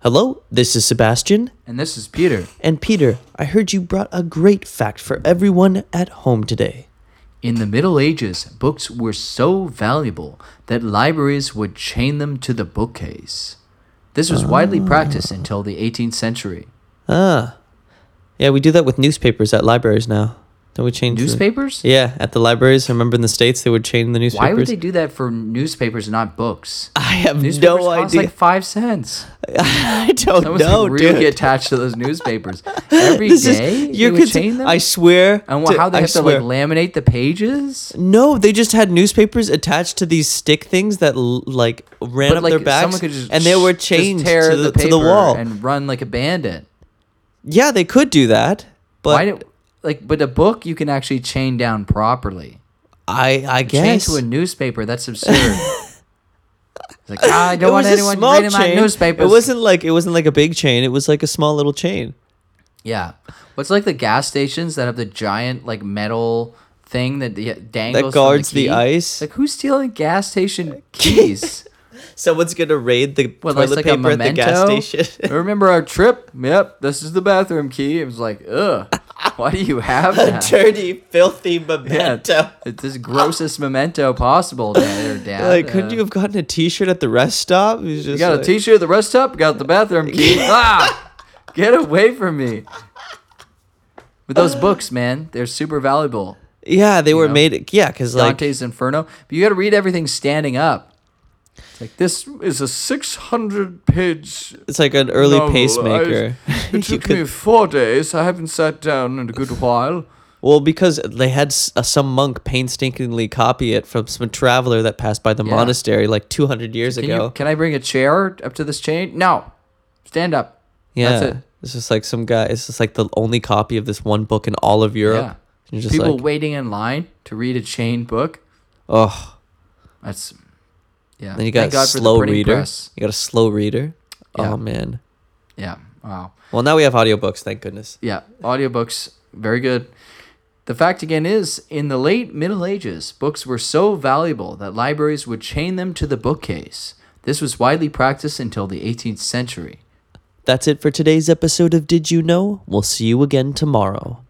Hello, this is Sebastian. And this is Peter. And Peter, I heard you brought a great fact for everyone at home today. In the Middle Ages, books were so valuable that libraries would chain them to the bookcase. This was widely practiced until the 18th century. Ah. Yeah, we do that with newspapers at libraries now. Don't we change the- Newspapers? Yeah, at the libraries. I remember in the States they would change the newspapers. Why would they do that for newspapers, not books? I have no Newspapers cost idea. like five cents. I don't Someone's know, like really dude. attached to those newspapers every This is- day. you're they would consi- chain them. I swear. and wha- to- how they I have swear. to like laminate the pages? No, they just had newspapers attached to these stick things that l- like ran But up like their someone backs, could just and they were just chained tear to the, to the paper wall. and run like a bandit. yeah, they could do that, but Why do like? But a book you can actually chain down properly. I I Chain guess to a newspaper. That's absurd. It's like "Ah, I It don't want was a anyone small reading my chain. newspapers. It wasn't like it wasn't like a big chain. It was like a small little chain. Yeah, what's like the gas stations that have the giant like metal thing that the- dangles from guards the the, key? ice? Like who's stealing gas station keys? Someone's gonna raid the What, toilet like, like a paper at the gas memento? station. Remember our trip? Yep, this is the bathroom key. It was like, ugh, why do you have a that? dirty, filthy Yeah, memento. it's this grossest memento possible, Dad. Or dad. Like, Uh, couldn't you have gotten a T-shirt at the rest stop? It was You just got a like- T-shirt at the rest stop. Got the bathroom key. ah, get away from me! But those books, man, they're super valuable. Yeah, they were know? made. Yeah, because like Dante's Inferno. But you got to read everything standing up. It's like this is a six hundred page it's like an early novel. I- pacemaker. You it took could- me four days. I haven't sat down in a good while. Well, because they had s- uh, some monk painstakingly copy it from some traveler that passed by the Yeah. monastery like 200 years Can, ago. you, can I bring a chair up to this chain? No. Stand up. yeah, That's it. it's just like some guy. It's just like the only copy of this one book in all of Europe. Yeah. You're just People like, waiting in line to read a chain book. oh. That's yeah. Then you got Thank a God for the slow printing reader. press. You got a slow reader. Yeah. Oh man. Yeah. Wow. Well, now we have audiobooks. Thank goodness. Yeah. Audiobooks, very good. The fact again is, in the late Middle Ages, books were so valuable that libraries would chain them to the bookcase. This was widely practiced until the 18th century. That's it for today's episode of Did You Know? We'll see you again tomorrow.